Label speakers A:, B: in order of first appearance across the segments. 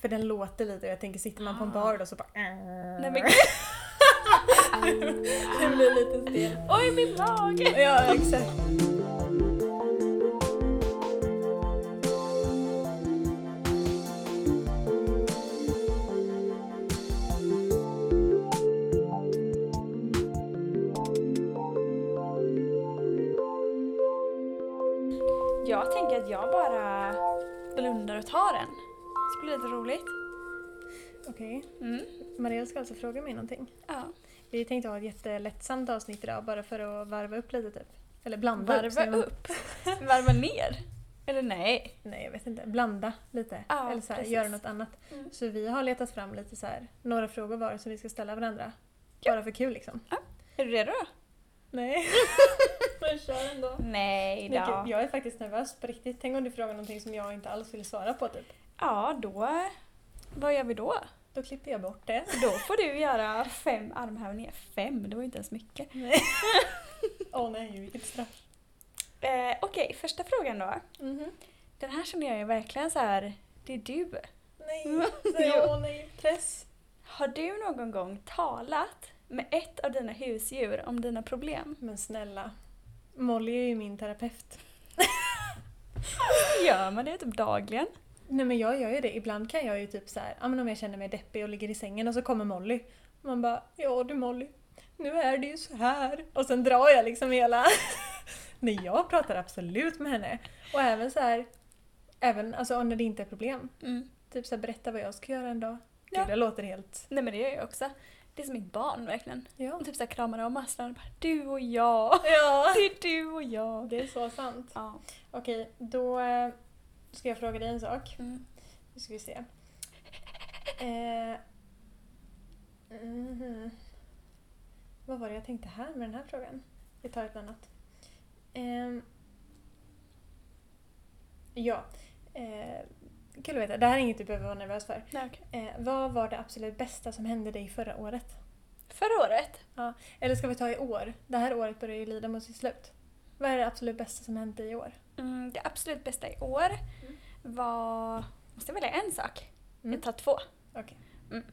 A: För den låter lite och jag tänker sitter man på en bar då så bara...
B: Ah.
A: "Äh."
B: Nej men
A: det blir lite stel.
B: oj min mage!
A: Ja exakt.
B: Jag tänker att jag bara blundar och tar en. Det skulle bli lite roligt.
A: Okej.
B: Mm.
A: Maria ska alltså fråga mig någonting.
B: Ja.
A: Vi tänkte ha ett jättelättsamt avsnitt idag bara för att varva upp lite typ. Eller blanda upp,
B: Varva
A: säger man.
B: upp. Varva ner. Eller nej.
A: Nej jag vet inte. Blanda lite.
B: Ja,
A: Eller så här,
B: Ah, precis.
A: göra något annat.
B: Mm.
A: Så vi har letat fram lite så här, några frågor var som vi ska ställa varandra.
B: Ja.
A: Bara för kul liksom.
B: Är du redo då?
A: Nej. Men kör ändå.
B: Nej
A: Men gud,
B: då.
A: Jag är faktiskt nervös på riktigt. Tänk om du frågar någonting som jag inte alls vill svara på typ.
B: Ja, då... Vad gör vi då?
A: Då klipper jag bort det.
B: Då får du göra fem armhävningar. Fem, det var ju inte ens mycket.
A: Nej. Åh nej, vilket straff.
B: Eh, Okej, första frågan då.
A: Mhm.
B: Den här känner jag ju verkligen så här. det är du.
A: Nej,
B: Mm.
A: säger jag. Åh nej, press.
B: Har du någon gång talat med ett av dina husdjur om dina problem?
A: Men snälla. Molly är ju min terapeut.
B: Gör man det typ dagligen?
A: Nej men jag gör ju det. Ibland kan jag ju typ så här, ja men om jag känner mig deppig och ligger i sängen och så kommer Molly. Man bara, ja du Molly, nu är det ju så här. Och sen drar jag liksom hela... nej jag pratar absolut med henne. Och även så här, även alltså när det inte är problem. Typ så här, berätta vad jag ska göra en dag.
B: Mm. Ja.
A: Gud, det låter helt...
B: Nej men det gör jag också. Det är som mitt barn verkligen.
A: Ja.
B: De typ så här kramar om axlarna och bara du och jag.
A: ja.
B: Det är du och jag.
A: Det är så sant.
B: Ja.
A: Okej, då eh, ska jag fråga dig en sak.
B: Mm.
A: Nu ska vi se. Eh, mhm. Vad var det jag tänkte här med den här frågan? Vi tar ett annat. Ehm, ja. Eh, kul att veta. Det här är inget du behöver vara nervös för.
B: Nej, okej.
A: Eh, vad var det absolut bästa som hände dig förra året?
B: Förra året?
A: Eller ska vi ta i år? Det här året börjar ju lida mot sitt slut. Vad är det absolut bästa som hänt dig i år?
B: Mm, det absolut bästa i år var... Måste jag välja en sak?
A: Mm.
B: Jag tar två.
A: Okej.
B: Mm.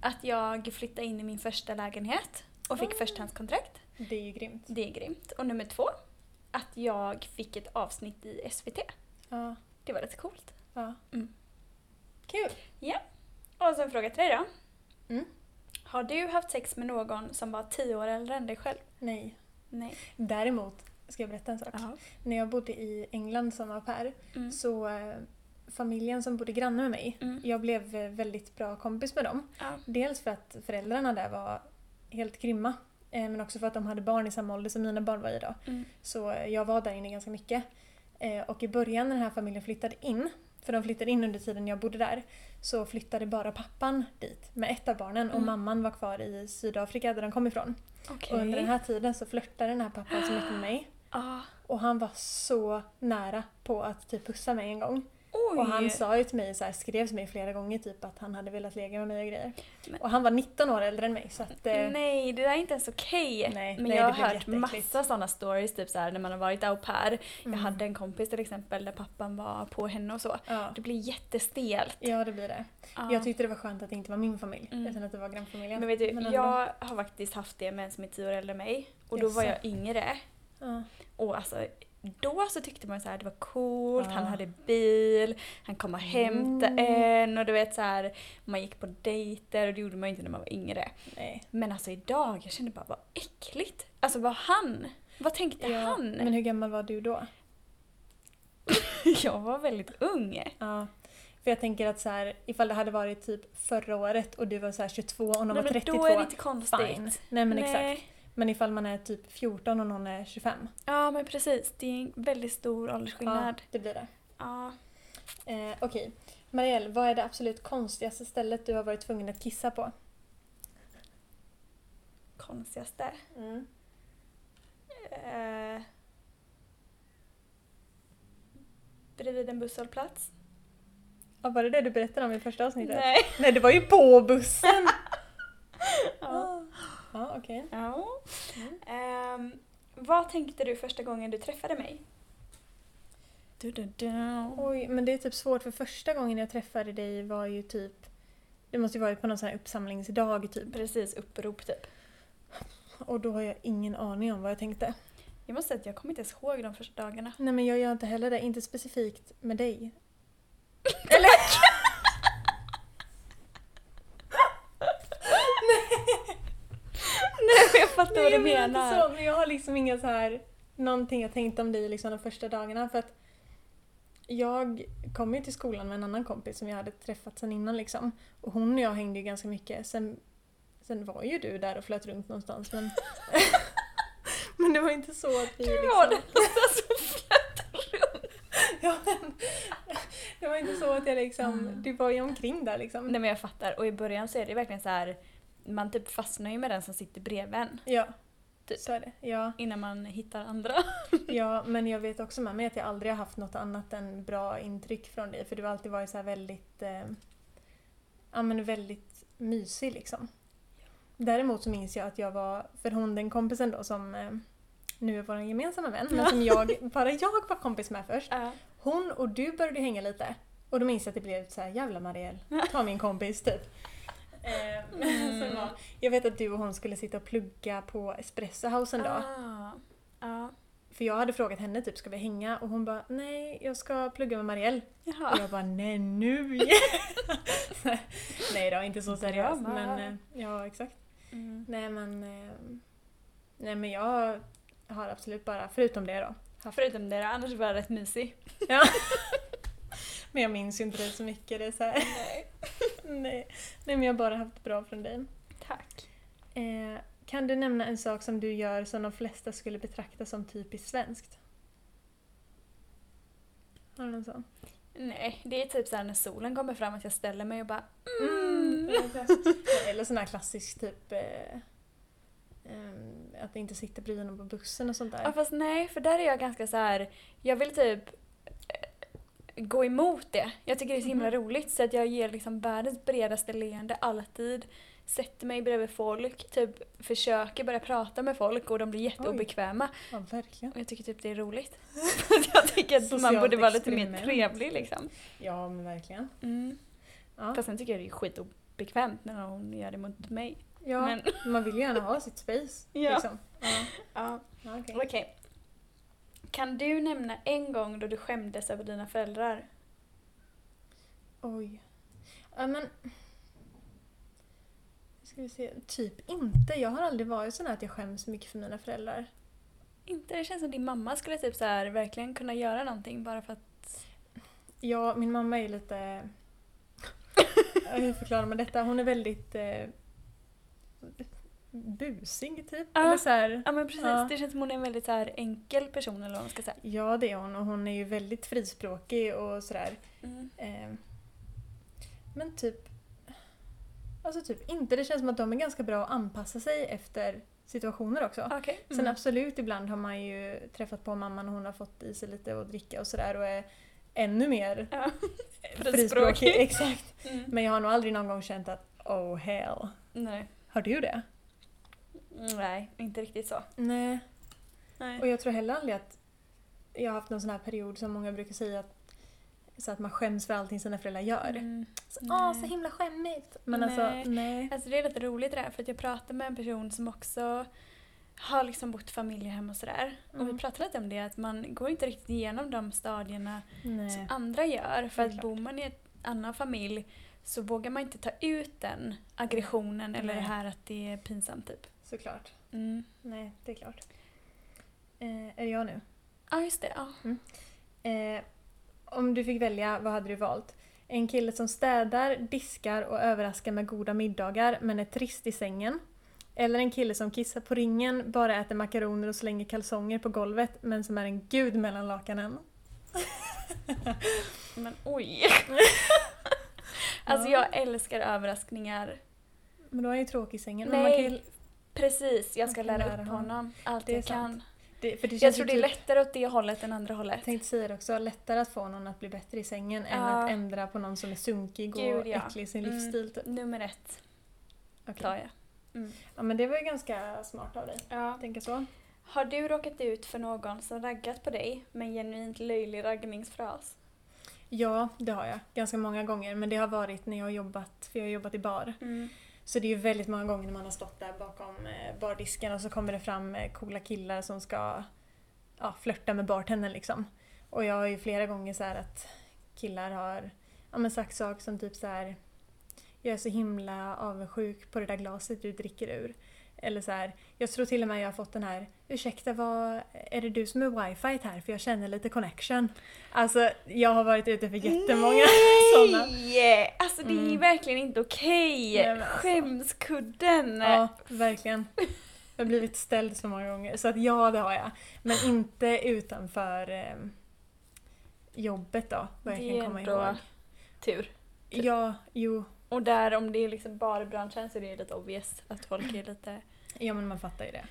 B: Att jag flyttade in i min första lägenhet och fick
A: Ah.
B: förstahandskontrakt.
A: Det är ju grymt.
B: Det är grymt. Och nummer två, att jag fick ett avsnitt i SVT.
A: Ja.
B: Det var lite coolt.
A: ja.
B: Mm.
A: Kul!
B: Och sen fråga till dig då.
A: Mm.
B: Har du haft sex med någon som var tio år äldre än dig själv?
A: Nej.
B: Nej.
A: Däremot ska jag berätta en sak. När jag bodde i England som au pair
B: Mm.
A: så eh, familjen som bodde granne med mig,
B: Mm.
A: jag blev eh, väldigt bra kompis med dem.
B: Ja.
A: Dels för att föräldrarna där var helt grymma eh, men också för att de hade barn i samma ålder som mina barn var i då.
B: Mm.
A: Så eh, jag var där inne ganska mycket. Eh, Och i början när den här familjen flyttade in, för de flyttade in under tiden jag bodde där, så flyttade bara pappan dit med ett av barnen och
B: Mm.
A: mamman var kvar i Sydafrika där de kom ifrån.
B: Okej.
A: Och under den här tiden så flörtade den här pappan så mycket med mig.
B: Ah.
A: Och han var så nära på att typ pussa mig en gång.
B: Oj!
A: Och han sa ju till mig, så här, skrev till mig flera gånger typ att han hade velat lägga med mig och grejer.
B: Men-
A: Och han var 19 år äldre än mig så att... Eh,
B: Nej, det där är inte ens okej.
A: Nej,
B: Men
A: nej,
B: jag har
A: det blev
B: hört
A: jätteäckligt.
B: massa sådana stories typ så här, när man har varit au pair. Jag
A: Mm.
B: hade en kompis till exempel där pappan var på henne och så.
A: ja.
B: Det blir jättestelt. Ah.
A: ja, det blir det.
B: Ja.
A: Jag tyckte det var skönt att det inte var min familj
B: Mm.
A: utan att det var grannfamiljen.
B: Men vet du,
A: Men ändå.
B: jag har faktiskt haft det med en som är tio år äldre än mig. Och då
A: Jaså.
B: var jag yngre.
A: Ja.
B: Och alltså, då så tyckte man så här, det var coolt,
A: Ja. Mm.
B: han hade bil, han kom och hämtade en och du vet så här, man gick på dejter och det gjorde man ju inte när man var yngre.
A: Nej.
B: Men alltså idag, jag kände bara vad äckligt. Alltså vad han, vad tänkte
A: Ja,
B: han?
A: Men hur gammal var du då?
B: Jag var väldigt ung.
A: Ja. För jag tänker att så här, ifall det hade varit typ förra året och du var så här 22 och någon
B: Nej,
A: var
B: men
A: 32,
B: då är det inte konstigt.
A: fine. Nej men exakt.
B: Nej.
A: Men ifall man är typ 14 och någon är 25,
B: Ja men precis, det är en väldigt stor
A: ja,
B: åldersskillnad.
A: det blir det.
B: Ja.
A: Eh, Okej. Marielle, vad är det absolut konstigaste stället du har varit tvungen att kissa på?
B: Konstigaste. Eh, bredvid en busshållplats.
A: Ja, var det det du berättade om i första avsnittet?
B: Nej.
A: Nej, det var ju på bussen!
B: Ja.
A: ja, okej.
B: Ja.
A: Mm.
B: Ehm, vad tänkte du första gången du träffade mig? Du, du, du.
A: Oj, men det är typ svårt för första gången jag träffade dig var ju typ det måste ju varit på någon sån här uppsamlingsdag typ.
B: Precis, upprop typ.
A: Och då har jag ingen aning om vad jag tänkte.
B: Jag måste säga att jag kommer inte ens ihåg de första dagarna.
A: Nej men jag gör inte heller det, inte specifikt med dig.
B: Nej men jag fattar vad du
A: jag menar
B: menar.
A: inte så, men jag har liksom inga så här någonting jag tänkte om dig liksom de första dagarna för att jag kom ju till skolan med en annan kompis som jag hade träffat sen innan liksom. Och hon och jag hängde ju ganska mycket. Sen, sen var ju du där och flöt runt någonstans men... men det var inte så att vi
B: Du var
A: liksom...
B: det någonstans som flöt runt.
A: Ja, men, det var inte så att jag liksom... Du var ju omkring där liksom.
B: Mm. Nej men jag fattar. Och i början så är det verkligen så här. Man typ fastnar ju med den som sitter bredvid en.
A: Ja,
B: Typ.
A: så är det. Ja.
B: Innan man hittar andra.
A: Ja, men jag vet också med mig att jag aldrig har haft något annat än bra intryck från dig. För du har alltid varit så här väldigt, eh, ja, men väldigt mysig liksom. Däremot så minns jag att jag var, för hon den kompisen då som eh, nu är vår gemensamma vän, men som jag, bara jag var kompis med först. Hon och du började hänga lite. Och då minns jag att det blev så här, jävla Marielle, ta min kompis typ. Eh, som var- Jag vet att du och hon skulle sitta och plugga på Espresso House en dag.
B: Ah. Ja.
A: För jag hade frågat henne typ, ska vi hänga? Och hon bara, nej jag ska plugga med Marielle. Och
B: Jaha.
A: jag bara, nej nu! nej då, inte så seriöst.
B: Drama.
A: Men, eh, ja exakt.
B: Mm.
A: Nej men, eh, nej men jag har absolut bara, förutom det då.
B: Förutom det, då, annars var jag rätt mysig.
A: Men jag minns ju inte det så mycket. Det är så här.
B: Nej.
A: nej. nej men jag har bara haft bra från dig.
B: Tack.
A: Eh, kan du nämna en sak som du gör som de flesta skulle betrakta som typiskt svenskt? Har du någon sån?
B: Nej, det är typ såhär när solen kommer fram att jag ställer mig och bara
A: Mm.
B: mm.
A: Eller sån här klassisk typ eh, ehm, att inte sitta bredvid någon på bussen och sånt där.
B: Ja fast nej, för där är jag ganska så här. jag vill typ eh, gå emot det. Jag tycker det är så himla
A: Mhm.
B: roligt så att jag ger liksom världens bredaste leende alltid. Sätter mig bredvid folk, typ försöker börja prata med folk och de blir jätteobekväma.
A: Ja, verkligen.
B: Och jag tycker typ det är roligt. jag tycker att man
A: Socialt
B: borde vara lite mer
A: experiment.
B: trevlig liksom.
A: Ja, men verkligen.
B: Mm.
A: Ja.
B: Fast sen tycker jag det är skitobekvämt när någon gör det mot mig.
A: ja,
B: Men
A: man vill ju gärna ha sitt space.
B: Ja.
A: Liksom. Ja.
B: ja,
A: Ja, okej.
B: okej. Kan du nämna en gång då du skämdes över dina föräldrar?
A: Oj. Ja, men... Ska vi se. Typ inte. Jag har aldrig varit sån här att jag skäms mycket för mina föräldrar.
B: Inte, det känns som din mamma skulle typ så här verkligen kunna göra någonting bara för att...
A: Ja, min mamma är lite... Hur förklarar man detta? Hon är väldigt eh, busig typ.
B: Ja.
A: Eller så här...
B: Ja men precis,
A: Ja.
B: det känns som hon är en väldigt så här enkel person eller vad man ska säga.
A: Ja, det är hon och hon är ju väldigt frispråkig och sådär.
B: Mm.
A: Eh, men typ... Alltså typ inte. Det känns som att de är ganska bra att anpassa sig efter situationer också.
B: Okej. Mm.
A: Sen absolut, ibland har man ju träffat på mamman och hon har fått i sig lite att dricka och sådär och är ännu mer
B: Ja.
A: frispråkig.
B: Frispråkig.
A: Exakt.
B: Mm.
A: Men jag har nog aldrig någon gång känt att oh hell.
B: Nej.
A: Har du det?
B: Nej, inte riktigt så.
A: Nej. Och
B: Nej.
A: jag tror heller aldrig att jag har haft någon sån här period som många brukar säga att så att man skäms för allting sina föräldrar gör.
B: Mm.
A: Så, Åh, så
B: Nej.
A: himla skämmigt! Men
B: Nej.
A: alltså, nej.
B: Alltså det är lite roligt det där för att jag pratade med en person som också har liksom bott familjehem och sådär. Och
A: Mm.
B: vi pratade lite om det att man går inte riktigt igenom de stadierna
A: nej.
B: som andra gör. För
A: Det är
B: att
A: klart.
B: bor man i en annan familj så vågar man inte ta ut den aggressionen eller det
A: Nej.
B: här att det är pinsamt typ.
A: Såklart.
B: Mm.
A: Nej, det är klart. Eh, är det jag nu?
B: Ja just det, ja.
A: Eh, om du fick välja, vad hade du valt? En kille som städar, diskar och överraskar med goda middagar men är trist i sängen. Eller en kille som kissar på ringen, bara äter makaroner och slänger kalsonger på golvet men som är en gud mellan lakanen.
B: Men oj! alltså
A: Ja.
B: jag älskar överraskningar.
A: Men då är han ju tråkig i sängen. Men man kan ju,
B: Nej! Precis, jag ska
A: Man kan
B: lära
A: lära
B: upp
A: honom.
B: honom allt
A: Det är
B: jag kan.
A: sant. det, för det
B: Jag
A: känns
B: tror
A: ju
B: det är
A: typ,
B: lättare åt det hållet än andra hållet.
A: jag tänkte säga det också, lättare att få någon att bli bättre i sängen än
B: Ja.
A: att ändra på någon som är sunkig och
B: Gud, ja.
A: äcklig i sin
B: Mm.
A: livsstil. Typ.
B: Nummer ett
A: Okej.
B: tar jag.
A: Ja men det var ju ganska smart av dig.
B: Ja.
A: Tänka så.
B: Har du råkat ut för någon som raggat på dig med en genuint löjlig raggningsfras?
A: Ja, det har jag. Ganska många gånger. Men det har varit när jag har jobbat, för jag har jobbat i bar. Så det är ju väldigt många gånger när man har stått där bakom eh, bardisken och så kommer det fram eh, coola killar som ska ja, flörta med bartendern liksom. Och jag har ju flera gånger så här att killar har ja, men sagt saker som typ så här Jag är så himla avundsjuk på det där glaset du dricker ur. Eller så här, jag tror till och med jag har fått den här Ursäkta, vad, är det du som är wifi här? För jag känner lite connection. Alltså, jag har varit ute för jättemånga sådana.
B: Nej! Alltså det är ju
A: Mm.
B: verkligen inte okej!
A: Nej, men alltså.
B: Skämskudden!
A: Ja, verkligen. Jag har blivit ställd så många gånger. Så att ja, det har jag. Men inte utanför eh, jobbet då, vad jag
B: Det är
A: kan komma
B: ändå
A: ihåg.
B: tur. typ.
A: Ja, jo.
B: Och där om det är liksom barbranschen så är det lite obvious att folk är lite...
A: Ja, men man fattar ju det.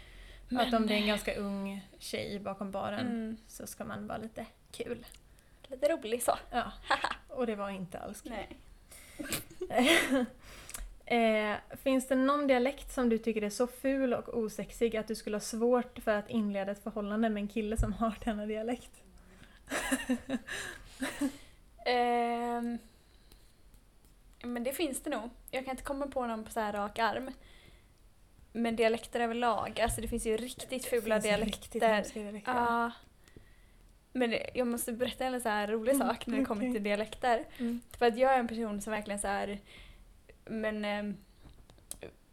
B: Men-
A: Att om det är en ganska ung tjej bakom baren
B: Mm,
A: så ska man vara lite kul.
B: lite rolig så.
A: Ja. Och det var inte alls kul.
B: Nej.
A: eh, finns det någon dialekt som du tycker är så ful och osexig att du skulle ha svårt för att inleda ett förhållande med en kille som har denna dialekt?
B: Ehm, men det finns det nog. Jag kan inte komma på någon på så här rak arm. Men dialekter överlag, alltså det finns ju riktigt fula
A: Finns det
B: dialekter.
A: riktigt hemska dialekter?
B: Ja. Men det- jag måste berätta en så här rolig
A: Mm,
B: sak när det kommer
A: okej.
B: till dialekter.
A: Mm.
B: För att jag är en person som verkligen så här, men ehm,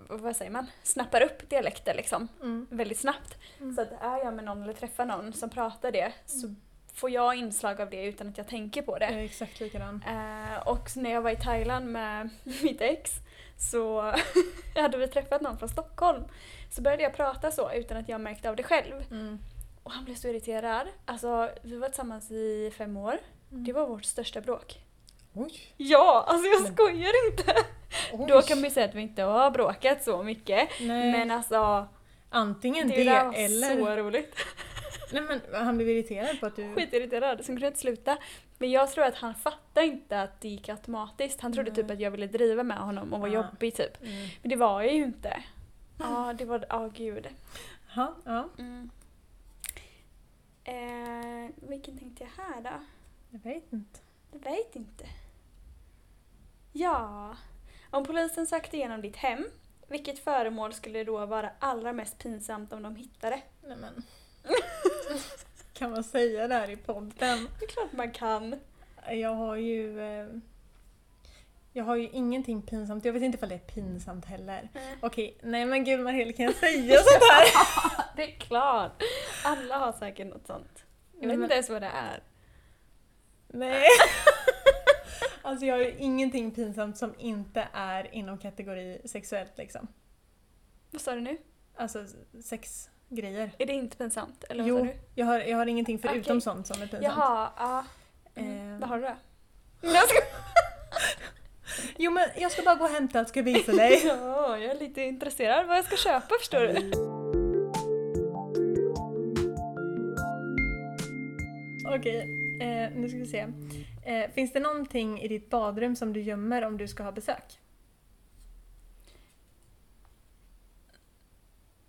B: vad säger man, snappar upp dialekter liksom
A: Mm.
B: väldigt snabbt.
A: Mm.
B: Så att är jag med någon eller träffar någon som pratar det så
A: Mm.
B: får jag inslag av det utan att jag tänker på det.
A: Jag är exakt likadan.
B: Eh, och när jag var i Thailand med mitt ex så hade vi träffat någon från Stockholm. Så började jag prata så utan att jag märkte av det själv.
A: Mm.
B: Och han blev så irriterad. Alltså vi var tillsammans i fem år. Det var vårt största bråk.
A: Oj!
B: Ja, alltså jag
A: Men-
B: skojar inte!
A: Oj.
B: Då kan man ju säga att vi inte har bråkat så mycket.
A: Nej,
B: Men alltså,
A: antingen det,
B: det där var
A: eller...
B: så roligt.
A: Nej men han blev irriterad på att du...
B: skitirriterad, så hon kunde inte sluta. Men jag tror att han fattade inte att det gick automatiskt. Han trodde
A: Nej.
B: typ att jag ville driva med honom och var
A: Ah.
B: jobbig typ.
A: Mm.
B: Men det var jag ju inte. Ja, det var... Ja, gud.
A: Ja, ja,
B: Mm. Eh, vilken tänkte jag här då?
A: jag vet inte.
B: Jag vet inte. Ja. Om polisen sökte igenom ditt hem, vilket föremål skulle det då vara allra mest pinsamt om de hittade?
A: Nej men... kan man säga det här i podden?
B: Det är klart man kan.
A: Jag har ju... Eh, jag har ju ingenting pinsamt. Jag vet inte om det är pinsamt heller.
B: Mm.
A: Okej, nej men gud Marielle kan jag säga sånt här?
B: Det är klart. Alla har säkert något sånt. Jag vet
A: Men-
B: inte ens vad det är.
A: Nej. Alltså jag har ju ingenting pinsamt som inte är inom kategori sexuellt liksom.
B: Vad sa du nu?
A: Alltså sexgrejer.
B: Är det inte pinsamt? Eller vad
A: Jo,
B: sa du?
A: Jag har, jag har ingenting förutom
B: Okej.
A: sånt som är pinsamt.
B: Jaha, ja. Mm.
A: Eh,
B: Vad har du då? Nej, jag skojar.
A: Jo men jag ska bara gå och hämta allt ska jag visa dig.
B: Ja, jag är lite intresserad vad jag ska köpa förstår du.
A: Okej, eh, nu ska vi se. Eh, finns det någonting i ditt badrum som du gömmer om du ska ha besök?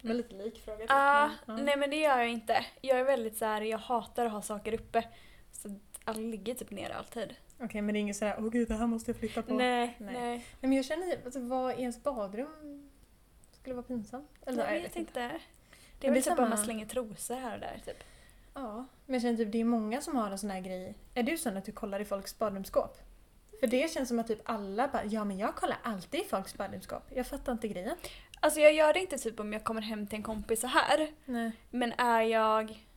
A: Det var lite lik fråga. typ.
B: Ah,
A: Ja.
B: nej men det gör jag inte. Jag är väldigt så här, jag hatar att ha saker uppe. Så att allt ligger typ nere alltid.
A: Okej men det är inget sådär åh gud det här måste jag flytta på. Nej,
B: Nej, nej.
A: nej. men jag känner typ, alltså, vad i ens badrum skulle vara pinsamt? Eller,
B: jag vet inte. Det
A: det
B: är
A: är
B: väl typ
A: samma-
B: om man slänger trosor här och där typ.
A: Ja, men jag känner typ det är många som har en sån här grej. Är du sån att du kollar i folks badrumsskåp? För det känns som att typ alla bara, ja men jag kollar alltid i folks badrumsskåp. Jag fattar inte grejen.
B: Alltså jag gör det inte typ om jag kommer hem till en kompis så här.
A: Nej.
B: Men är jag...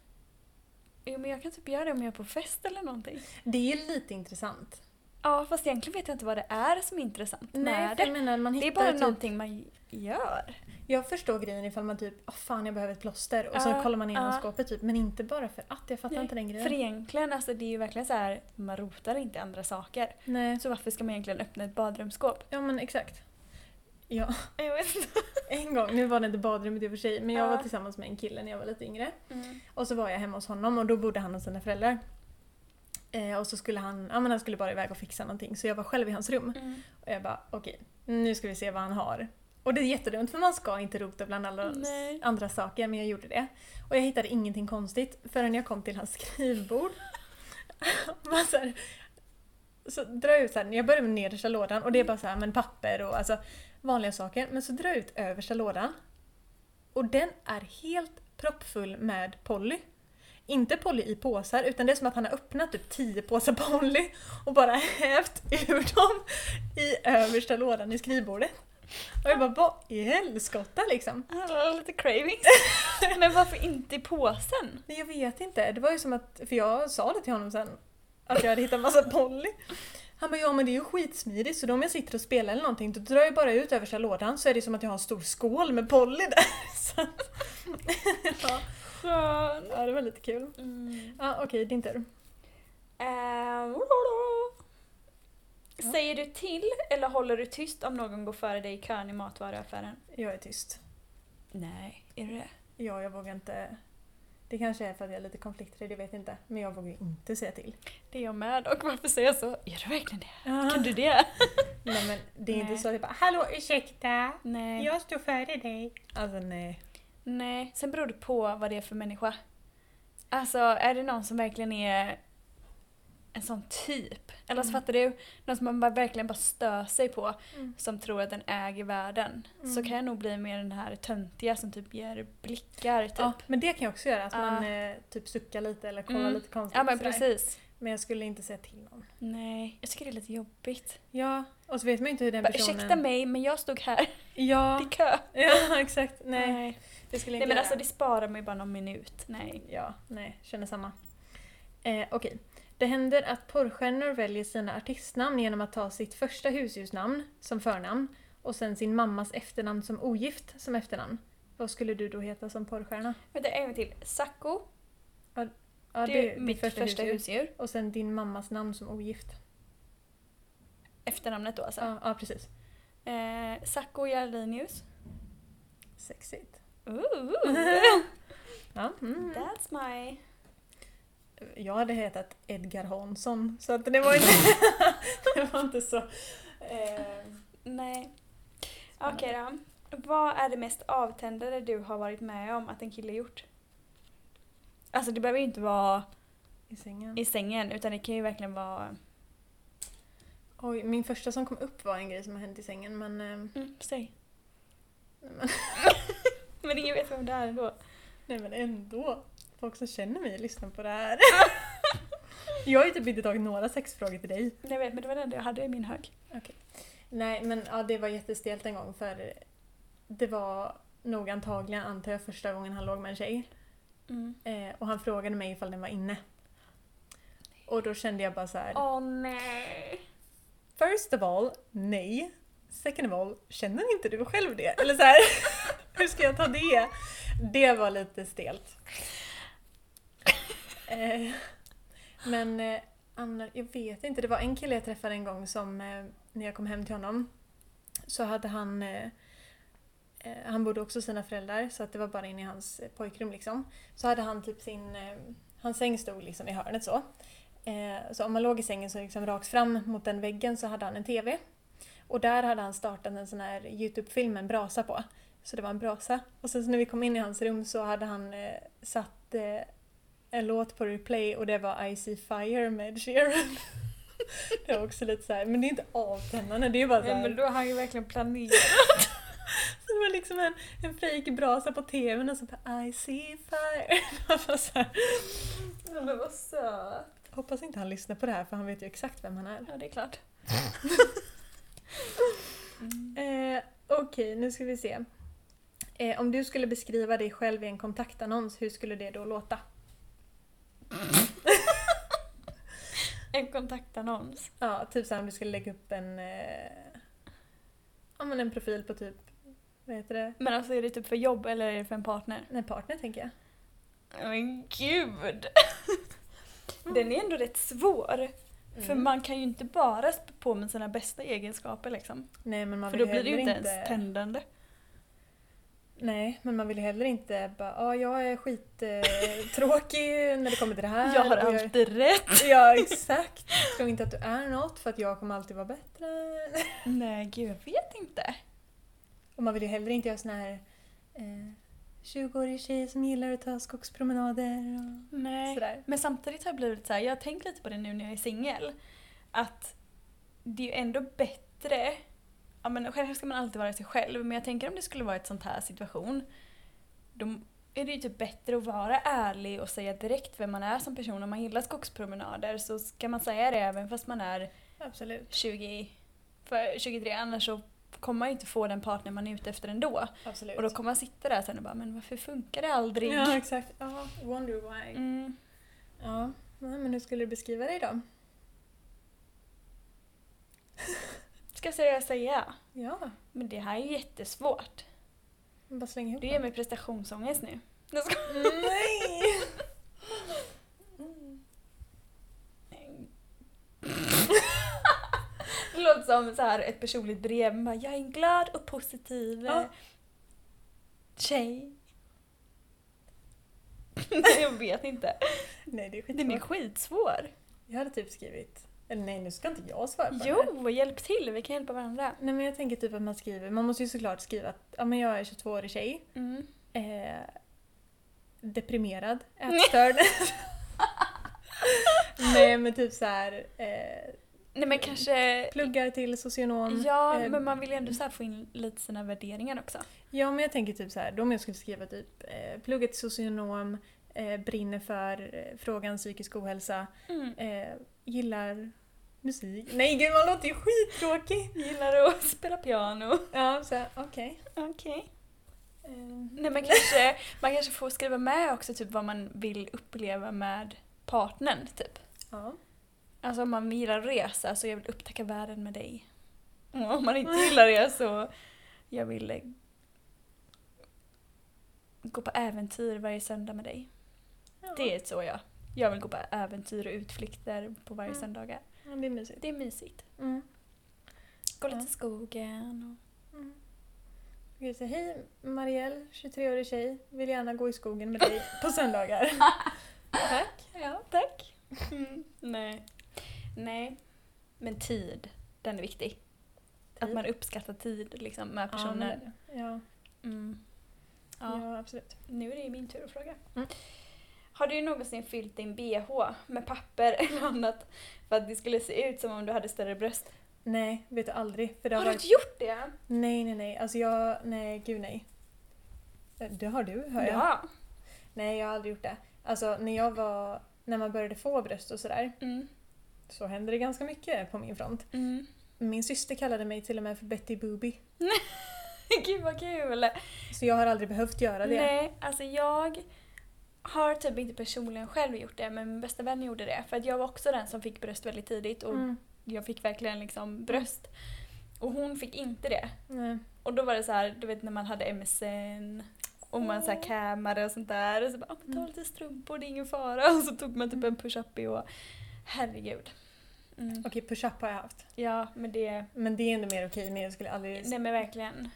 B: Jo men jag kan typ göra det om jag är på fest eller någonting.
A: Det är lite intressant.
B: Ja fast egentligen vet jag inte vad det är som är intressant med
A: för jag
B: det.
A: menar man
B: Det är
A: hittar
B: bara
A: typ,
B: någonting man gör.
A: Jag förstår grejen ifall man typ, åh fan jag behöver ett plåster och
B: Ja,
A: så kollar man igenom
B: ja.
A: skåpet typ. Men inte bara för att, jag fattar
B: Nej,
A: inte den grejen.
B: För egentligen, alltså det är ju verkligen så här, man rotar inte i andra saker.
A: Nej.
B: Så varför ska man egentligen öppna ett badrumsskåp?
A: Ja men exakt. Ja,
B: Jag vet inte.
A: en gång, nu var det inte badrummet i och för sig, men jag
B: Ja.
A: var tillsammans med en kille när jag var lite yngre.
B: Mm.
A: Och så var jag hemma hos honom och då bodde han hos sina föräldrar. Eh, och så skulle han, ja men han
B: Mm.
A: skulle bara iväg och fixa någonting så jag var själv i hans rum. Och jag bara okej, nu ska vi se vad han har. Och det är jättedumt för man ska inte rota bland alla
B: Nej.
A: andra saker men jag gjorde det. Och jag hittade ingenting konstigt förrän jag kom till hans skrivbord. Man så, här, så drar jag ut så här, jag börjar med nedersta lådan och det är bara så här, men papper och alltså vanliga saker. Men så drar jag ut översta lådan och den är helt proppfull med Polly. Inte Polly i påsar utan det är som att han har öppnat typ 10 påsar Polly och bara hävt ur dem i översta lådan i skrivbordet. Och jag bara, vad i helskotta liksom?
B: Alla Mm. lite cravings. Men varför inte i påsen?
A: Nej, jag vet inte. Det var ju som att, för jag sa det till honom sen, att jag hade hittat massa Polly. Han bara, ja men det är ju skitsmidigt så då om jag sitter och spelar eller någonting då drar jag bara ut översta lådan så är det som att jag har en stor skål med Polly där. Så att, ja.
B: Skön.
A: ja, det var lite kul.
B: Mm.
A: Ja, okej, din tur.
B: Ehm, Säger du till eller håller du tyst om någon går före dig i kön i matvaruaffären?
A: Jag är tyst.
B: Nej, är du det?
A: Ja, jag vågar inte. Det kanske är för att jag är lite konflikträdd, jag vet inte. Men jag vågar ju inte säga till.
B: Det är jag med och varför säger jag så? Gör du verkligen det? Ah. Kan du det?
A: Nej men det är inte
B: Nej.
A: så att jag bara “Hallå ursäkta,
B: Nej.
A: jag står före dig”. Alltså nej.
B: Nej, sen beror det på vad det är för människa. Alltså, är det någon som verkligen är en sån typ? Eller så
A: Mm.
B: fattar du? Någon som man bara, verkligen bara stör sig på,
A: Mm.
B: som tror att den äger världen. Så
A: Mm.
B: kan jag nog bli mer den här töntiga som typ ger blickar, typ.
A: Ja,
B: Ja,
A: men det kan jag också göra, att
B: Ja.
A: man eh, typ suckar lite eller kollar
B: Mm.
A: lite konstigt.
B: men
A: sådär.
B: precis.
A: men jag skulle inte säga till någon.
B: Nej, jag tycker det är lite jobbigt.
A: Ja, och så vet man ju inte hur den
B: Bara,
A: personen...
B: ursäkta mig, men jag stod här i
A: Ja,
B: kö.
A: ja exakt. Nej, det skulle jag
B: Nej
A: inte
B: men
A: göra.
B: alltså det sparar mig bara någon minut. Nej.
A: Ja, nej, känner samma. Eh, Okej. Det händer att porrstjärnor väljer sina artistnamn genom att ta sitt första husdjursnamn som förnamn och sen sin mammas efternamn som ogift som efternamn. Vad skulle du då heta som porrstjärna?
B: Vänta en gång till. Sacco,
A: Ja,
B: det är
A: ditt
B: mitt första,
A: husdjur.
B: husdjur.
A: Och sen din mammas namn som ogift.
B: Efternamnet då alltså.
A: Ja, ja precis.
B: Eh, Sacco Jarlinius.
A: Sexigt.
B: Ooh,
A: Ja. Mm.
B: that's my...
A: Jag hade hetat Edgar Hansson, så att det var inte, det var inte så... Eh,
B: Nej. Okej då. Vad är det mest avtändande du har varit med om att en kille gjort? Alltså det behöver ju inte vara
A: I sängen.
B: i sängen utan det kan ju verkligen vara...
A: Oj, min första som kom upp var en grej som har hänt i sängen, men... Eh,
B: Mm, säg.
A: nej, men-
B: Men ingen vet vem det är ändå.
A: nej men ändå. Folk som känner mig lyssnar på det här. jag har ju typ inte tagit några sexfrågor till dig.
B: Jag vet men det var den jag hade i min hög.
A: Nej men ja, det var jättestelt en gång för det var nog antagligen, antar jag, första gången han låg med en tjej.
B: Mm.
A: Eh, och han frågade mig ifall den var inne. Och då kände jag bara så här.
B: Åh nej.
A: First of all, nej. Second of all, känner inte du själv det? Eller så här, hur ska jag ta det? Det var lite stelt. Eh, men eh, annars, jag vet inte, det var en kille jag träffade en gång som eh, när jag kom hem till honom så hade han eh, eh, han bodde också hos sina föräldrar så att det var bara inne i hans eh, pojkrum liksom. Så hade han typ sin, eh, hans säng stod liksom i hörnet så. Eh, så om man låg i sängen så liksom rakt fram mot den väggen så hade han en TV. Och där hade han startat en sån här Youtube-film med en brasa på. Så det var en brasa. Och sen så när vi kom in i hans rum så hade han eh, satt eh, en låt på replay och det var I see fire med Sheeran. det var också lite så här, men det är inte avtändande, det är ju bara så här,
B: då har han ju verkligen planerat.
A: så det var liksom en, en fake brasa på tvn och så bara I see fire. Jag bara så här,
B: men vad söt.
A: Hoppas inte han lyssnar på det här för han vet ju exakt vem han är.
B: Ja det är klart.
A: Eh, Okej, nu ska vi se. Eh, om du skulle beskriva dig själv i en kontaktannons, hur skulle det då låta?
B: En kontaktannons.
A: Ja, typ såhär om du skulle lägga upp en... Eh, ja men en profil på typ... Vad heter det?
B: Men alltså är det typ för jobb eller är det för en partner?
A: En partner tänker jag.
B: Men gud! Den är ändå rätt svår. För man kan ju inte bara spä på med sina bästa egenskaper liksom.
A: Nej, men man
B: För
A: vill
B: då blir det ju
A: heller
B: inte ens tändande.
A: Nej, men man vill ju heller inte bara ja, jag är skittråkig eh, tråkig när det kommer till det här.
B: Jag har
A: och
B: alltid rätt!
A: Ja, exakt. Tro inte att du är något för att jag kommer alltid vara bättre.
B: Nej gud jag vet inte.
A: Och man vill ju hellre inte göra såna här eh, 20-årig tjej som gillar att ta skogspromenader och
B: Nej.
A: sådär.
B: Men samtidigt har jag blivit så här, jag har tänkt lite på det nu när jag är singel. Att det är ju ändå bättre, ja men självklart ska man alltid vara sig själv, men jag tänker om det skulle vara ett sånt här situation. Då är det ju typ bättre att vara ärlig och säga direkt vem man är som person. Om man gillar skogspromenader så ska man säga det även fast man är
A: Absolut.
B: 20, för 23, annars så kommer man ju inte få den partner man är ute efter ändå.
A: Absolut.
B: Och då kommer man sitta där sen och bara, men varför funkar det aldrig?
A: Ja, exakt. Ja, wonder why.
B: Mm.
A: Ja, nej, men hur skulle du beskriva dig då?
B: Ska jag säga, säga?
A: Ja,
B: Men det här är ju jättesvårt.
A: bara släng ihop
B: Du ger mig prestationsångest nu. Jag ska-
A: Nej!
B: Det låter som så här ett personligt brev. Man bara, jag är en glad och positiv
A: Ja.
B: ja. tjej. Nej, jag vet inte.
A: Nej, det är
B: Den är
A: skitsvårt.
B: skitsvår.
A: Jag hade typ skrivit... Eller nej, nu ska inte jag svara på det.
B: Jo, hjälp till. Vi kan hjälpa varandra.
A: Nej men jag tänker typ att man skriver, man måste ju såklart skriva att ja, men jag är 22-årig tjej,
B: Mm.
A: eh, deprimerad, ätstörd. nej men typ så här, eh,
B: Nej men kanske...
A: pluggar till socionom.
B: Ja,
A: eh,
B: men man vill ju ändå så här få in lite sina värderingar också.
A: Ja men jag tänker typ så här, då om jag skulle skriva typ eh, pluggar till socionom, eh, brinner för eh, frågan psykisk ohälsa,
B: Mm.
A: eh, gillar musik. Nej gud man låter ju skittråkig!
B: Gillar att spela piano.
A: Ja, så här, okej.
B: Okej.
A: Eh,
B: Nej men kanske, man kanske får skriva med också typ vad man vill uppleva med partnern typ.
A: ja.
B: Alltså om man gillar att resa så jag vill upptäcka världen med dig. Och om man inte gillar det så jag vill eh, gå på äventyr varje söndag med dig.
A: ja.
B: Det är så jag. Jag vill gå på äventyr och utflykter på varje
A: Mm.
B: söndagar.
A: Ja, det är mysigt.
B: Det är mysigt.
A: Mm.
B: Gå lite
A: Ja.
B: i skogen
A: Mm. Jag kan säga, hej Marielle, 23-årig tjej, vill gärna gå i skogen med dig på söndagar. Tack.
B: och... Ja, tack. Mm. Nej. Nej. Men tid, den är viktig. Att
A: Tid.
B: man uppskattar tid liksom, med personer.
A: Personer. Ja,
B: Mm. Ja.
A: ja. absolut.
B: Nu är det ju min tur att fråga.
A: Mm.
B: Har du någonsin fyllt din bh med papper eller annat för att det skulle se ut som om du hade större bröst?
A: Nej, vet du aldrig. För det
B: Har,
A: har
B: du
A: varit...
B: inte gjort det?
A: Nej, nej, nej. Alltså jag, nej, gud nej. Eh, Det har du, hör jag.
B: Ja.
A: Nej, jag har aldrig gjort det. Alltså när jag var, när man började få bröst och sådär,
B: Mm.
A: så hände det ganska mycket på min front.
B: Mm.
A: Min syster kallade mig till och med för Betty Boobie.
B: Gud vad kul!
A: Så jag har aldrig behövt göra det.
B: Nej, alltså jag har typ inte personligen själv gjort det men min bästa vän gjorde det för att jag var också den som fick bröst väldigt tidigt och
A: Mm.
B: jag fick verkligen liksom bröst. Och hon fick inte det.
A: Nej.
B: Och då var det så här, du vet när man hade MSN och man så här kammade och sånt där. Och så bara, ah, men ta
A: Mm.
B: lite strumpor, det är ingen fara. Och så tog man typ en push-up bh. Herregud. Mm.
A: Okej, push-up har jag haft.
B: Ja, men det...
A: Men det är ändå mer okej, men jag skulle aldrig...
B: Nej men verkligen.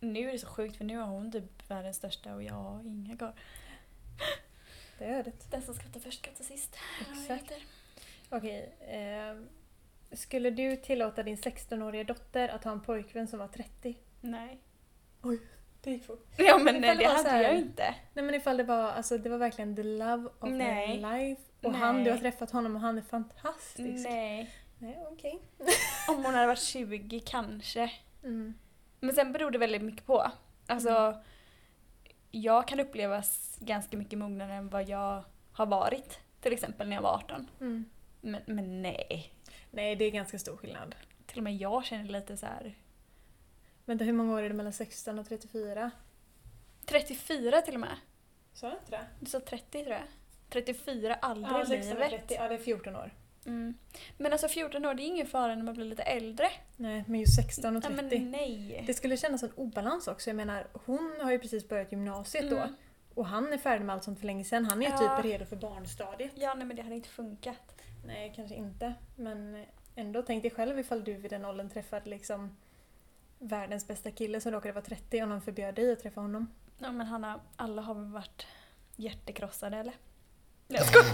B: Nu är det så sjukt för nu har hon typ världens största och jag har inga kvar.
A: Det är ödet.
B: Den som skrattar först skrattar sist. eller vad det
A: Exakt.
B: heter.
A: Okej. ehm, skulle du tillåta din 16-åriga dotter att ha en pojkvän som var 30?
B: Nej.
A: Det gick fort.
B: Ja men
A: Ifall
B: nej,
A: det
B: det
A: var så
B: hade
A: här-
B: jag inte.
A: Nej men ifall det var, alltså det var verkligen the love of
B: Nej.
A: my life. Och
B: Nej.
A: han, du har träffat honom och han är fantastisk.
B: Nej.
A: Nej, okej.
B: Om hon hade varit 20 kanske.
A: Mm.
B: Men sen beror det väldigt mycket på. Alltså, jag kan upplevas ganska mycket mognare än vad jag har varit. Till exempel när jag var 18.
A: Mm.
B: Men, men nej.
A: Nej, det är ganska stor skillnad.
B: Till och med jag känner lite så här.
A: Vänta, hur många år är det mellan 16 och 34?
B: 34 till och med.
A: Sa jag inte det?
B: Du sa 30 tror jag. 34, aldrig
A: Ja,
B: i
A: 16 och
B: livet.
A: 30. Ja, det är 14 år.
B: Mm. Men alltså 14 år, det är ingen fara när man blir lite äldre.
A: Nej, men just 16 och
B: Ja,
A: 30.
B: men nej.
A: Det skulle kännas en obalans också. Jag menar, hon har ju precis börjat gymnasiet då.
B: Mm.
A: Och han är färdig med allt sånt för länge sedan. Han är ju
B: Ja.
A: typ redo för barnstadiet.
B: Ja, nej men det hade inte funkat.
A: Nej, kanske inte. Men ändå, tänk dig själv ifall du vid den åldern träffade liksom världens bästa kille som råkade vara 30 och någon förbjöd dig att träffa honom.
B: Ja, men Hanna, alla har väl varit hjärtekrossade eller? Nej, jag skojar.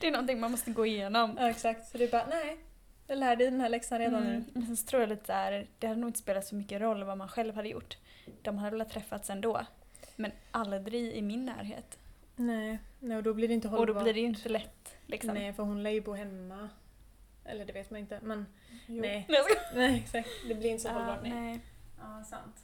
B: Det är någonting man måste gå igenom.
A: Ja, exakt. Så du bara, nej. Jag lär dig den här läxan redan nu.
B: Men sen så tror jag lite där, det hade nog inte spelat så mycket roll vad man själv hade gjort. De hade väl träffats ändå. Men aldrig i min närhet.
A: Nej. Nej, och då blir det inte
B: Och
A: hållbart.
B: då blir det ju inte lätt. Liksom.
A: Nej, för hon lär ju bo hemma. Eller det vet man inte, men
B: Jo.
A: Nej.
B: jag skojar.
A: nej exakt. Det blir inte så
B: Ja,
A: hållbart. Nej.
B: nej.
A: Ja, sant.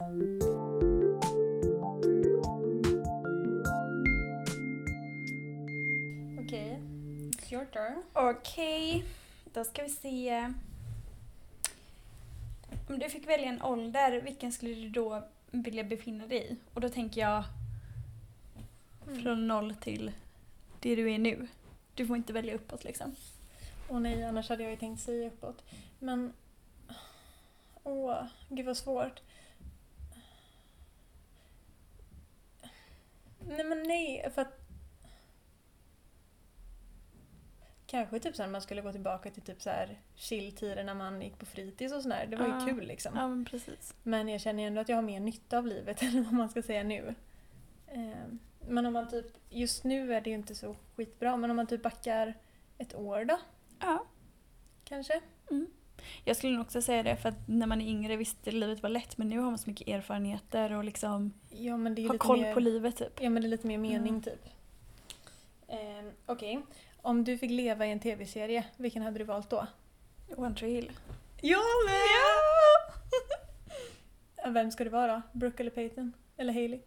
B: Okej.
A: It's your turn.
B: Okej, då ska vi se. Om du fick välja en ålder, vilken skulle du då vilja befinna dig i? Och då tänker jag
A: Mm.
B: från noll till det du är nu. Du får inte välja uppåt liksom.
A: Åh nej, annars hade jag ju tänkt säga uppåt. Men... Åh, gud vad svårt. Nej men nej, för att... Kanske typ såhär man skulle gå tillbaka till typ såhär chill-tider när man gick på fritids och sådär. Det var ju
B: Ja.
A: kul liksom.
B: men precis.
A: Men jag känner ju ändå att jag har mer nytta av livet än vad man ska säga nu. Ehm, Men om man typ, just nu är det ju inte så skitbra, men om man typ backar ett år då
B: Ja.
A: kanske?
B: Jag skulle nog också säga det för att när man är yngre visst livet var lätt men nu har man så mycket erfarenheter och liksom
A: Ja men det är ju
B: har
A: lite
B: koll
A: mer,
B: på livet typ.
A: Ja men det är lite mer mening
B: Mm.
A: typ. Ehm, Okej, om du fick leva i en tv-serie, vilken hade du valt då?
B: One Tree Hill.
A: Jag med! Vem ska det vara då? Brooke eller Peyton? Eller Hailey?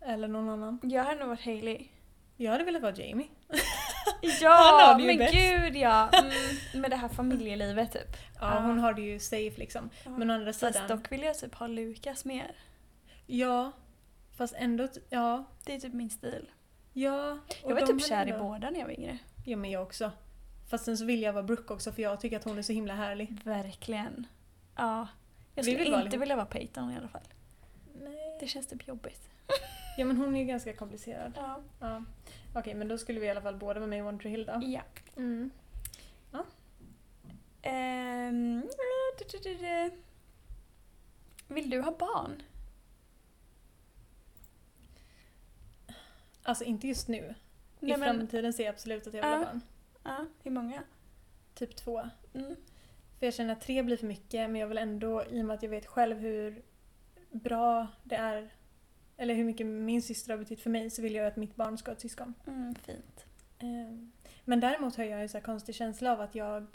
A: Eller någon annan?
B: Jag hade nog varit Hailey.
A: Jag hade velat vara Jamie. Han
B: Ja,
A: har det ju
B: men
A: bäst.
B: gud ja! Mm, med det här familjelivet typ.
A: Ja,
B: Ja.
A: hon har det ju safe liksom. Men å andra
B: Fast
A: sidan...
B: dock vill jag typ ha Lukas mer.
A: Ja, fast ändå... t- Ja.
B: Det är typ min stil.
A: ja och
B: Jag var
A: de
B: typ
A: hade
B: kär i
A: ändå-
B: båda när jag var yngre.
A: Ja, men jag också. Fast sen så vill jag vara Brooke också för jag tycker att hon är så himla härlig.
B: Verkligen. Ja.
A: Vi
B: Jag skulle
A: vill vara
B: inte
A: ihop.
B: vilja vara Peyton i alla fall. Det
A: Nej.
B: känns typ jobbigt.
A: Ja, men hon är ju ganska komplicerad.
B: Ja.
A: Ja. Okej, men då skulle vi i alla fall båda vara med i One Tree Hill då.
B: ja.
A: Mm.
B: Ehm, du, du, du, du. Vill du ha barn?
A: Alltså inte just nu.
B: Nej,
A: I
B: men-
A: framtiden ser jag absolut att jag vill ha
B: Ja.
A: barn.
B: Ja, hur många?
A: Typ två.
B: Mm.
A: För jag känner att tre blir för mycket men jag vill ändå, i och med att jag vet själv hur bra det är eller hur mycket min syster har betytt för mig så vill jag ju att mitt barn ska ha ett syskon.
B: Mm, fint.
A: Ehm, Men däremot har jag en så här konstig känsla av att jag,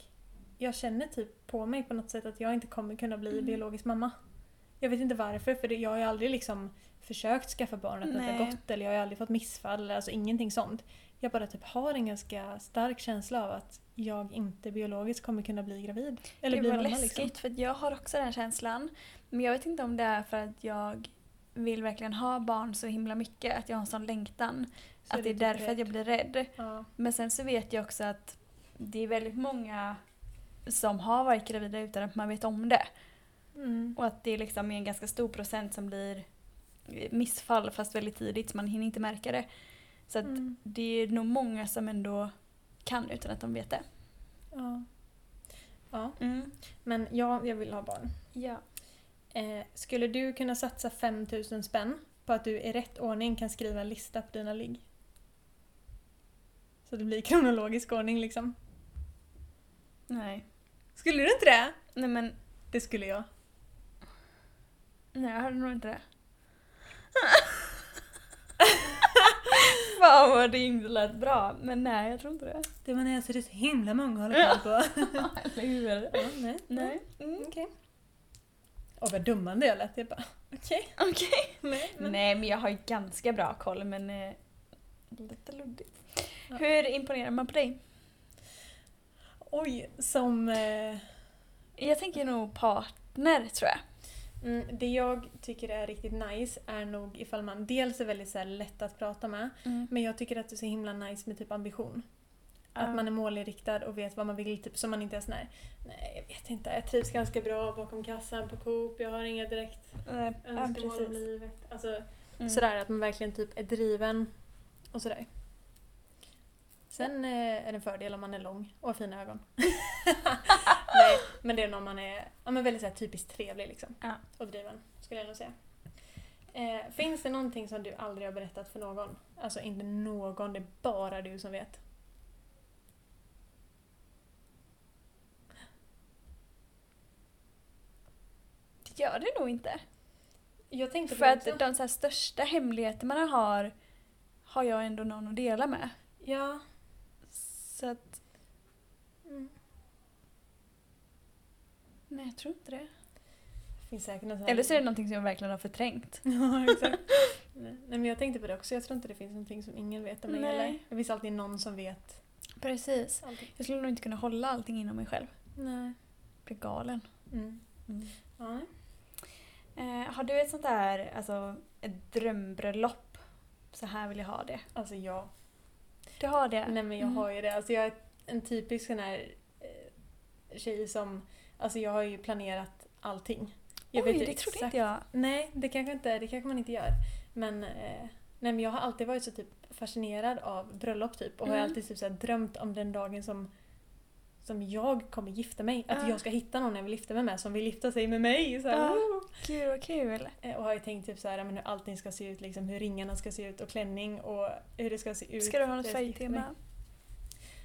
A: jag känner typ på mig på något sätt att jag inte kommer kunna bli
B: Mm.
A: biologisk mamma. Jag vet inte varför för det, jag har ju aldrig liksom försökt skaffa barn att det har
B: Nej.
A: gått eller jag har ju aldrig fått missfall, alltså ingenting sånt. Jag bara typ har en ganska stark känsla av att jag inte biologiskt kommer kunna bli gravid. Eller
B: Gud
A: bli
B: vad
A: mamma
B: läskigt
A: liksom.
B: för att jag har också den känslan. Men jag vet inte om det är för att jag vill verkligen ha barn så himla mycket, att jag har en sån längtan.
A: Så
B: att det är
A: typ
B: därför
A: rädd.
B: att jag blir rädd.
A: Ja.
B: Men sen så vet jag också att det är väldigt många som har varit gravida utan att man vet om det.
A: Mm.
B: Och att det liksom är en ganska stor procent som blir missfall fast väldigt tidigt så man hinner inte märka det. Så att
A: Mm.
B: det är nog många som ändå kan utan att de vet det.
A: Ja. ja. Men ja, jag vill ha barn.
B: Ja.
A: Eh, skulle du kunna satsa 5000 spänn på att du i rätt ordning kan skriva en lista på dina ligg? Så det blir kronologisk ordning liksom.
B: Nej.
A: Skulle du inte det?
B: Nej men
A: Det skulle jag.
B: Nej, jag hade nog inte det. Fan vad det inte lät bra. Men nej, jag tror inte det.
A: Det var när jag ser det så himla många håller koll på.
B: Eller hur?
A: ja, nej.
B: Nej. Mm.
A: Okej. Åh vad dummande jag lät. Jag bara, okej.
B: Okej.
A: Nej, men-
B: Nej, men jag har ju ganska bra koll men eh, lite luddigt.
A: Ja.
B: Hur imponerar man på dig?
A: Oj, som... Eh,
B: Jag tänker nog partner tror jag.
A: mm, det jag tycker är riktigt nice är nog ifall man dels är väldigt så här, lätt att prata med Men jag tycker att det är så himla nice med typ ambition. Mm. Att man är målinriktad och vet vad man vill, typ, så man inte är sån här, nej jag vet inte, jag trivs ganska bra bakom kassan på Coop, jag har inga direkt
B: Nej, ja,
A: önskemål om
B: precis.
A: livet. Alltså,
B: Mm.
A: Mm, Sådär att man verkligen typ är driven och sådär. Sen eh, är det en fördel om man är lång och har fina ögon. nej, men det är om man är ja, men väldigt så här, typiskt trevlig liksom.
B: Ja.
A: Och driven, skulle jag nog säga. Eh, finns det någonting som du aldrig har berättat för någon? Alltså inte någon, det är bara du som vet.
B: gör det nog inte.
A: Jag tänkte på
B: För
A: det
B: att
A: också.
B: de så här största hemligheter man har har jag ändå någon att dela med.
A: Ja.
B: Så att,
A: Mm.
B: nej jag tror inte det.
A: Finns säkert någon sån här-
B: Eller så är det någonting som jag verkligen har förträngt.
A: Ja, exakt. Nej nej, men jag tänkte på det också, jag tror inte det finns någonting som ingen vet om mig
B: Nej.
A: eller? Det finns alltid någon som vet.
B: Precis. Jag skulle nog inte kunna hålla allting inom mig själv.
A: Nej.
B: Blir galen.
A: Mm. Ja.
B: Eh, har du ett sånt där, alltså ett drömbröllop? Så här vill jag ha det.
A: Alltså jag,
B: Du har det?
A: nej men jag
B: Mm.
A: har ju det. Alltså jag är en typisk sån här eh, tjej som, alltså jag har ju planerat allting. Jag
B: Oj,
A: vet ju
B: det trodde
A: exakt-
B: inte jag.
A: Nej, det kanske, inte, det kanske man inte gör. Men, eh, nej, men jag har alltid varit så typ fascinerad av bröllop typ och har
B: Mm.
A: alltid typ så här drömt om den dagen som, som jag kommer gifta mig. Att
B: Ja.
A: jag ska hitta någon jag vill gifta mig med som vill gifta sig med mig. Så här,
B: Ja.
A: "Woo!"
B: Gud vad Ah, kul.
A: Eh, Och har ju tänkt typ så här, ja, men hur allting ska se ut, liksom, hur ringarna ska se ut och klänning och hur det ska se ut.
B: Ska du ha
A: när jag
B: något
A: ska gifta mig.
B: färgtema?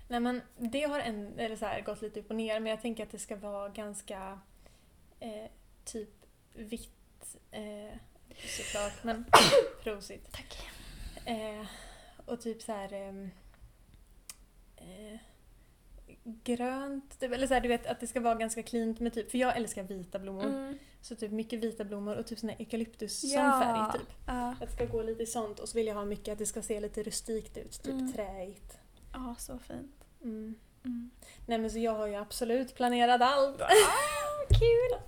A: Nej men det har en, eller så här, gått lite upp och ner men jag tänker att det ska vara ganska eh, typ vitt eh, såklart men prosit.
B: Tack.
A: Eh, och typ så här ehm, eh, grönt, typ, eller så här, du vet att det ska vara ganska cleant med typ, för jag älskar vita blommor.
B: Mm.
A: Så typ mycket vita blommor och typ sån här eukalyptus som
B: Ja.
A: färg typ.
B: Ja,
A: Att det ska gå lite i sånt och så vill jag ha mycket att det ska se lite rustikt ut, typ
B: Mm.
A: träigt.
B: Ja, så fint.
A: Mm.
B: Mm.
A: Nej men så jag har ju absolut planerat allt.
B: Ah, Kul!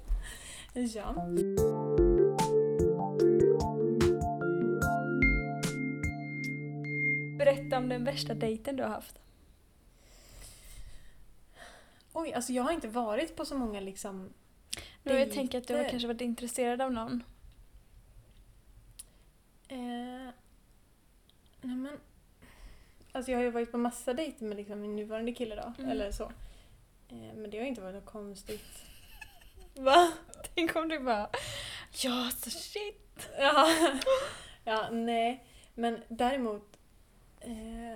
A: Ja.
B: Berätta om den värsta dejten du har haft.
A: Oj, alltså jag har inte varit på så många liksom...
B: Nu har jag tänkt att du har
A: Dejter.
B: kanske varit intresserad av någon.
A: Eh, nej men... Alltså jag har ju varit på massa dejter med liksom min nuvarande kille då,
B: Mm.
A: eller så. Eh, men det har inte varit något konstigt. Va?
B: Tänk om du bara Ja, så shit!
A: Ja, ja nej. Men däremot, eh,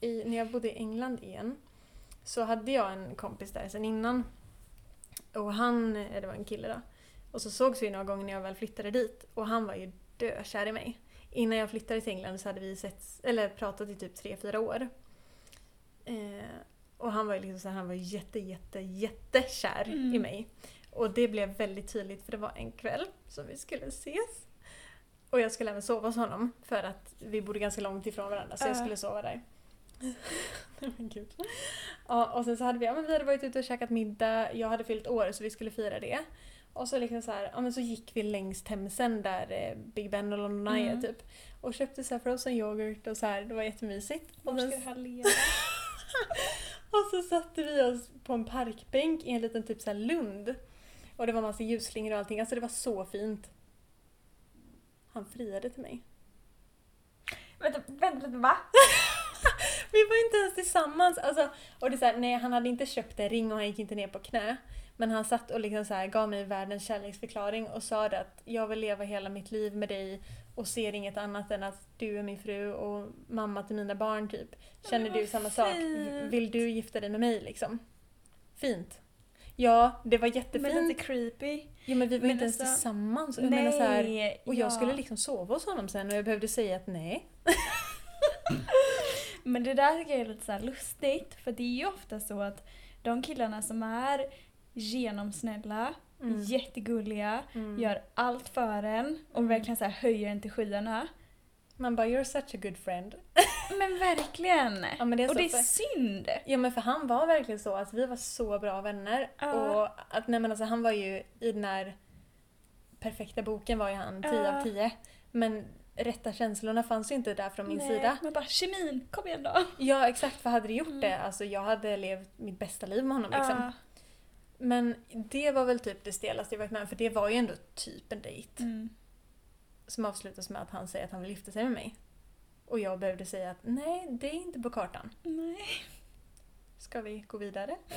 A: i, när jag bodde i England igen så hade jag en kompis där sen innan. Och han, eh, det var en kille då. Och så sågs vi några gånger när jag väl flyttade dit och han var ju dökär i mig. Innan jag flyttade till England så hade vi sett, eller pratat i typ tre fyra år. Eh, och han var ju liksom så här, han var jätte, jätte, jättekär
B: Mm.
A: i mig. Och det blev väldigt tydligt för det var en kväll som vi skulle ses. Och jag skulle även sova hos honom för att vi bodde ganska långt ifrån varandra så jag
B: Äh.
A: skulle sova där. Nej, men gud. Ja, och sen så hade vi, ja, men vi hade varit ute och käkat middag, jag hade fyllt år så vi skulle fira det. Och så, liksom så, här, ja, men så gick vi längs Themsen där eh, Big Ben och London Eye är
B: Mm.
A: typ. Och köpte så här frozen yoghurt och så här, det var jättemysigt. Och sen,
B: här leva?
A: och så satte vi oss på en parkbänk i en liten typ så här lund. Och det var massa ljusslingor och allting, alltså det var så fint. Han friade till mig.
B: vänta, vänta, lite, va?
A: Vi var inte ens tillsammans. Alltså, och det är så här, nej, han hade inte köpt en ring och han gick inte ner på knä. Men han satt och liksom så här, gav mig världens kärleksförklaring och sa det att jag vill leva hela mitt liv med dig och ser inget annat än att du är min fru och mamma till mina barn typ. Känner
B: Men vad
A: du samma sak?
B: fint.
A: Vill du gifta dig med mig liksom? Fint. Ja, det var jättefint.
B: Men lite creepy.
A: jo, men vi var
B: men
A: inte ens
B: alltså-
A: tillsammans. Och Jag menar så här, och jag
B: ja.
A: skulle liksom sova hos honom sen och jag behövde säga att nej.
B: Men det där tycker jag är lite så här lustigt för det är ju ofta så att de killarna som är genomsnälla,
A: Mm.
B: jättegulliga,
A: Mm.
B: gör allt för en och
A: Mm.
B: verkligen så här höjer en till skyarna.
A: Man bara, you're such a good friend.
B: Men verkligen!
A: Ja, men det är
B: och
A: så
B: det är
A: för-
B: synd!
A: Ja men för han var verkligen så att vi var så bra vänner.
B: Ja.
A: Och att, nej, men alltså, han var ju i den här perfekta boken var ju han 10
B: Ja.
A: av 10. Men rätta känslorna fanns ju inte där från min
B: Nej,
A: sida.
B: Men bara kemin, kom igen då!
A: Ja exakt, för hade det gjort
B: Mm.
A: det, alltså jag hade levt mitt bästa liv med honom liksom.
B: Ja.
A: Men det var väl typ det stelaste jag varit med om, för det var ju ändå typ en dejt.
B: Mm.
A: Som avslutas med att han säger att han vill gifta sig med mig. Och jag behövde säga att nej, det är inte på kartan.
B: Mm. Nej.
A: Ska vi gå vidare?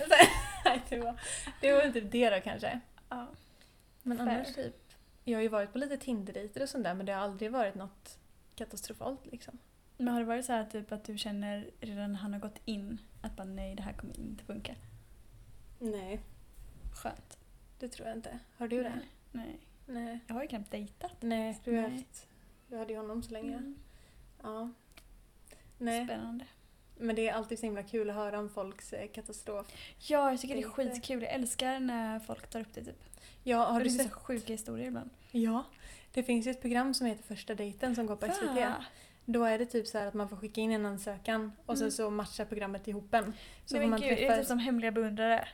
A: Nej, det var, det var väl typ det då kanske.
B: Ja.
A: Men
B: Fair.
A: annars typ, jag har ju varit på lite Tinder-dejter och sånt där men det har aldrig varit något katastrofalt liksom.
B: Men har det varit så här typ att du känner redan när han har gått in att bara nej det här kommer inte funka?
A: Nej.
B: Skönt.
A: Det tror jag inte. Har du det?
B: Nej. Nej.
A: Nej.
B: Jag har ju knappt dejtat.
A: Nej, du, har
B: Nej.
A: Haft, du hade ju honom så länge.
B: Mm.
A: Ja. Nej,
B: Spännande.
A: men det är alltid så himla kul att höra om folks eh, katastrof.
B: Ja, jag tycker det är
A: Dejter.
B: skitkul. Jag älskar när folk tar upp det typ.
A: Ja, har
B: För
A: du
B: det är
A: sett?
B: så sjuka historier ibland.
A: Ja. Det finns ju ett program som heter Första dejten som går på SVT.
B: Va?
A: Då är det typ så här att man får skicka in en ansökan och sen
B: Mm.
A: så matchar programmet ihop en. Så
B: Nej,
A: får
B: men
A: man
B: gud, är det typ
A: träffas.
B: som hemliga beundrare?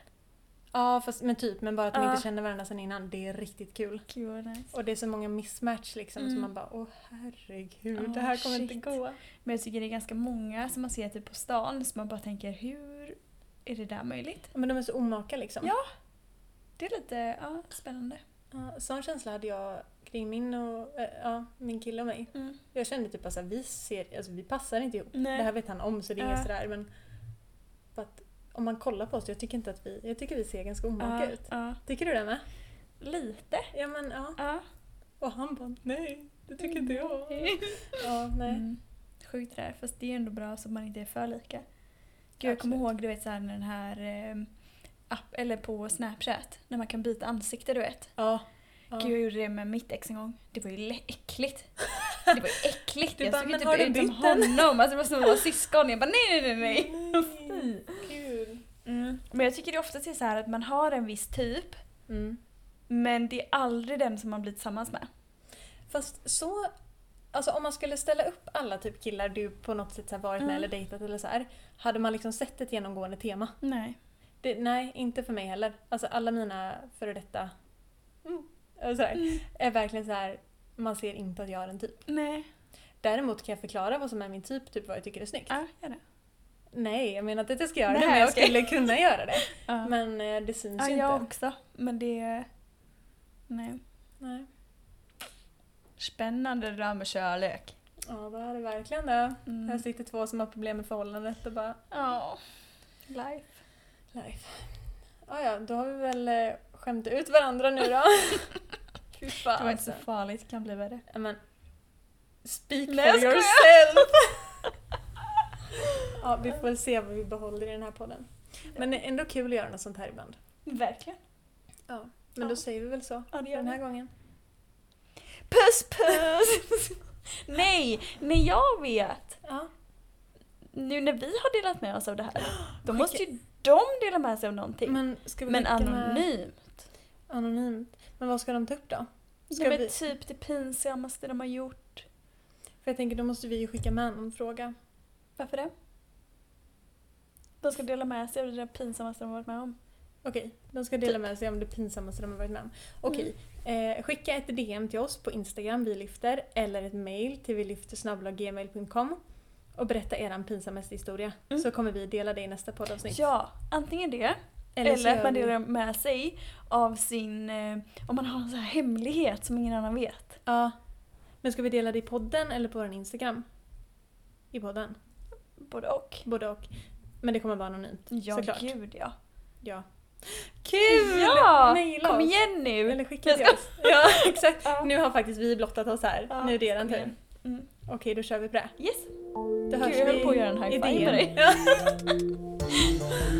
A: Ja, fast, men typ, men bara att de
B: Ja.
A: inte känner varandra sen innan. Det är riktigt kul.
B: Gud vad nice.
A: Och det är så många mismatch liksom så
B: Mm.
A: man bara åh herregud,
B: Ja,
A: det här kommer
B: Mm, shit.
A: inte gå.
B: Men jag tycker det är ganska många som man ser typ på stan som man bara tänker hur är det där möjligt?
A: Ja, Men de är så omaka liksom.
B: Ja. Det är lite ja, spännande.
A: Ja, sån känsla hade jag kring min och eh, ja, min kille och mig. Jag kände typ att vi ser, alltså, vi passar inte ihop.
B: Nej.
A: Det här vet han om så det är inget
B: Ja.
A: sådär men för att om man kollar på oss, jag tycker inte att vi, jag tycker vi ser ganska omaka
B: Ja,
A: ut.
B: ja.
A: Tycker du det med?
B: Lite.
A: Ja men ja.
B: Ja.
A: Och han bara nej, det tycker inte jag. Ja, nej.
B: Mm. Sjukt det där, fast det är ändå bra så att man inte är för lika. Gud, jag kommer
A: Absolut.
B: ihåg du vet, så här, när den här eh, app, eller på Snapchat, när man kan byta ansikte du vet.
A: Ja. ja.
B: Gud, jag gjorde det med mitt ex en gång. Det var ju lä- äckligt. Det var ju äckligt.
A: Du
B: jag
A: bara,
B: såg ju
A: "Men
B: typ
A: har du
B: ut som
A: bytt den?"
B: honom. Alltså, det var som att vara syskon. Jag bara nej, nej, nej. nej.
A: Nej, Gud.
B: Mm. Men jag tycker det oftast är så här att man har en viss typ
A: Mm.
B: men det är aldrig den som man blir tillsammans med.
A: Fast så... Alltså om man skulle ställa upp alla typ killar du på något sätt så här varit med
B: Mm.
A: eller dejtat eller så här, Hade man liksom sett ett genomgående tema?
B: Nej.
A: Det, nej, inte för mig heller. Alltså alla mina före detta mm, eller så här, är verkligen så här. man ser inte att jag har en typ.
B: Nej.
A: Däremot kan jag förklara vad som är min typ, typ vad jag tycker är snyggt.
B: Ja, gör det.
A: Nej, jag menar inte att jag ska göra
B: Ah. Nej,
A: det, men jag
B: okej.
A: skulle kunna göra det.
B: Ja.
A: Men eh, det syns
B: ja,
A: ju
B: jag
A: inte.
B: också. Men det... Nej.
A: Nej.
B: Spännande det där med kärlek.
A: Ja, det är det verkligen det.
B: Mm.
A: Här sitter två som har problem med förhållandet och bara
B: Ja. Life.
A: Life. Ah, ja, då har vi väl eh, skämt ut varandra nu då. Fy fan.
B: Det var inte så
A: alltså.
B: farligt, det kan bli värre.
A: Ja, men, speak
B: Nej, jag
A: for
B: skojar.
A: yourself! ja, vi får väl se vad vi behåller i den här podden. Men det är ändå kul att göra något sånt här ibland.
B: Verkligen.
A: Ja. Men då
B: Ja.
A: säger vi väl så
B: Ja, det gör
A: den här
B: vi.
A: gången.
B: Puss puss! nej, men jag vet.
A: Ja.
B: Nu när vi har delat med oss av det här, då
A: Skicka-
B: måste ju de dela med sig av någonting.
A: Men, ska vi
B: Men
A: skicka med-
B: anonym.
A: anonymt. Men vad ska de ta upp då? Ska
B: Ska men
A: vi-
B: typ det pinsammaste de har gjort.
A: För jag tänker då måste vi ju skicka med någon fråga.
B: Varför det? De ska dela med sig av det där pinsammaste de har varit med om.
A: Okej, de ska dela med sig om det pinsammaste de har varit med om. Okej,
B: Mm.
A: eh, skicka ett DM till oss på Instagram, vi lyfter, eller ett mail till vi och berätta er pinsammaste historia.
B: Mm.
A: Så kommer vi dela det i nästa poddavsnitt.
B: Ja, antingen det. Eller,
A: så
B: att
A: gör
B: man
A: vi-
B: delar med sig av sin... eh, Om man har en sån här hemlighet som ingen annan vet.
A: Ja. Men ska vi dela det i podden eller på vår Instagram? I podden.
B: Både och.
A: Både och. Men det kommer vara anonymt.
B: Ja,
A: Såklart.
B: gud ja.
A: Ja. Kul!
B: Ja!
A: Maila
B: Kom
A: oss.
B: igen nu!
A: Eller skicka till oss. Ja, exakt.
B: Ja.
A: Nu har faktiskt vi blottat oss här.
B: Ja,
A: nu är det eran
B: kom
A: tur.
B: igen. Mm.
A: Okej, då kör vi på det.
B: Yes!
A: Då hörs
B: Gud, jag
A: vi
B: höll på att göra en
A: i
B: high five
A: DM.
B: med dig.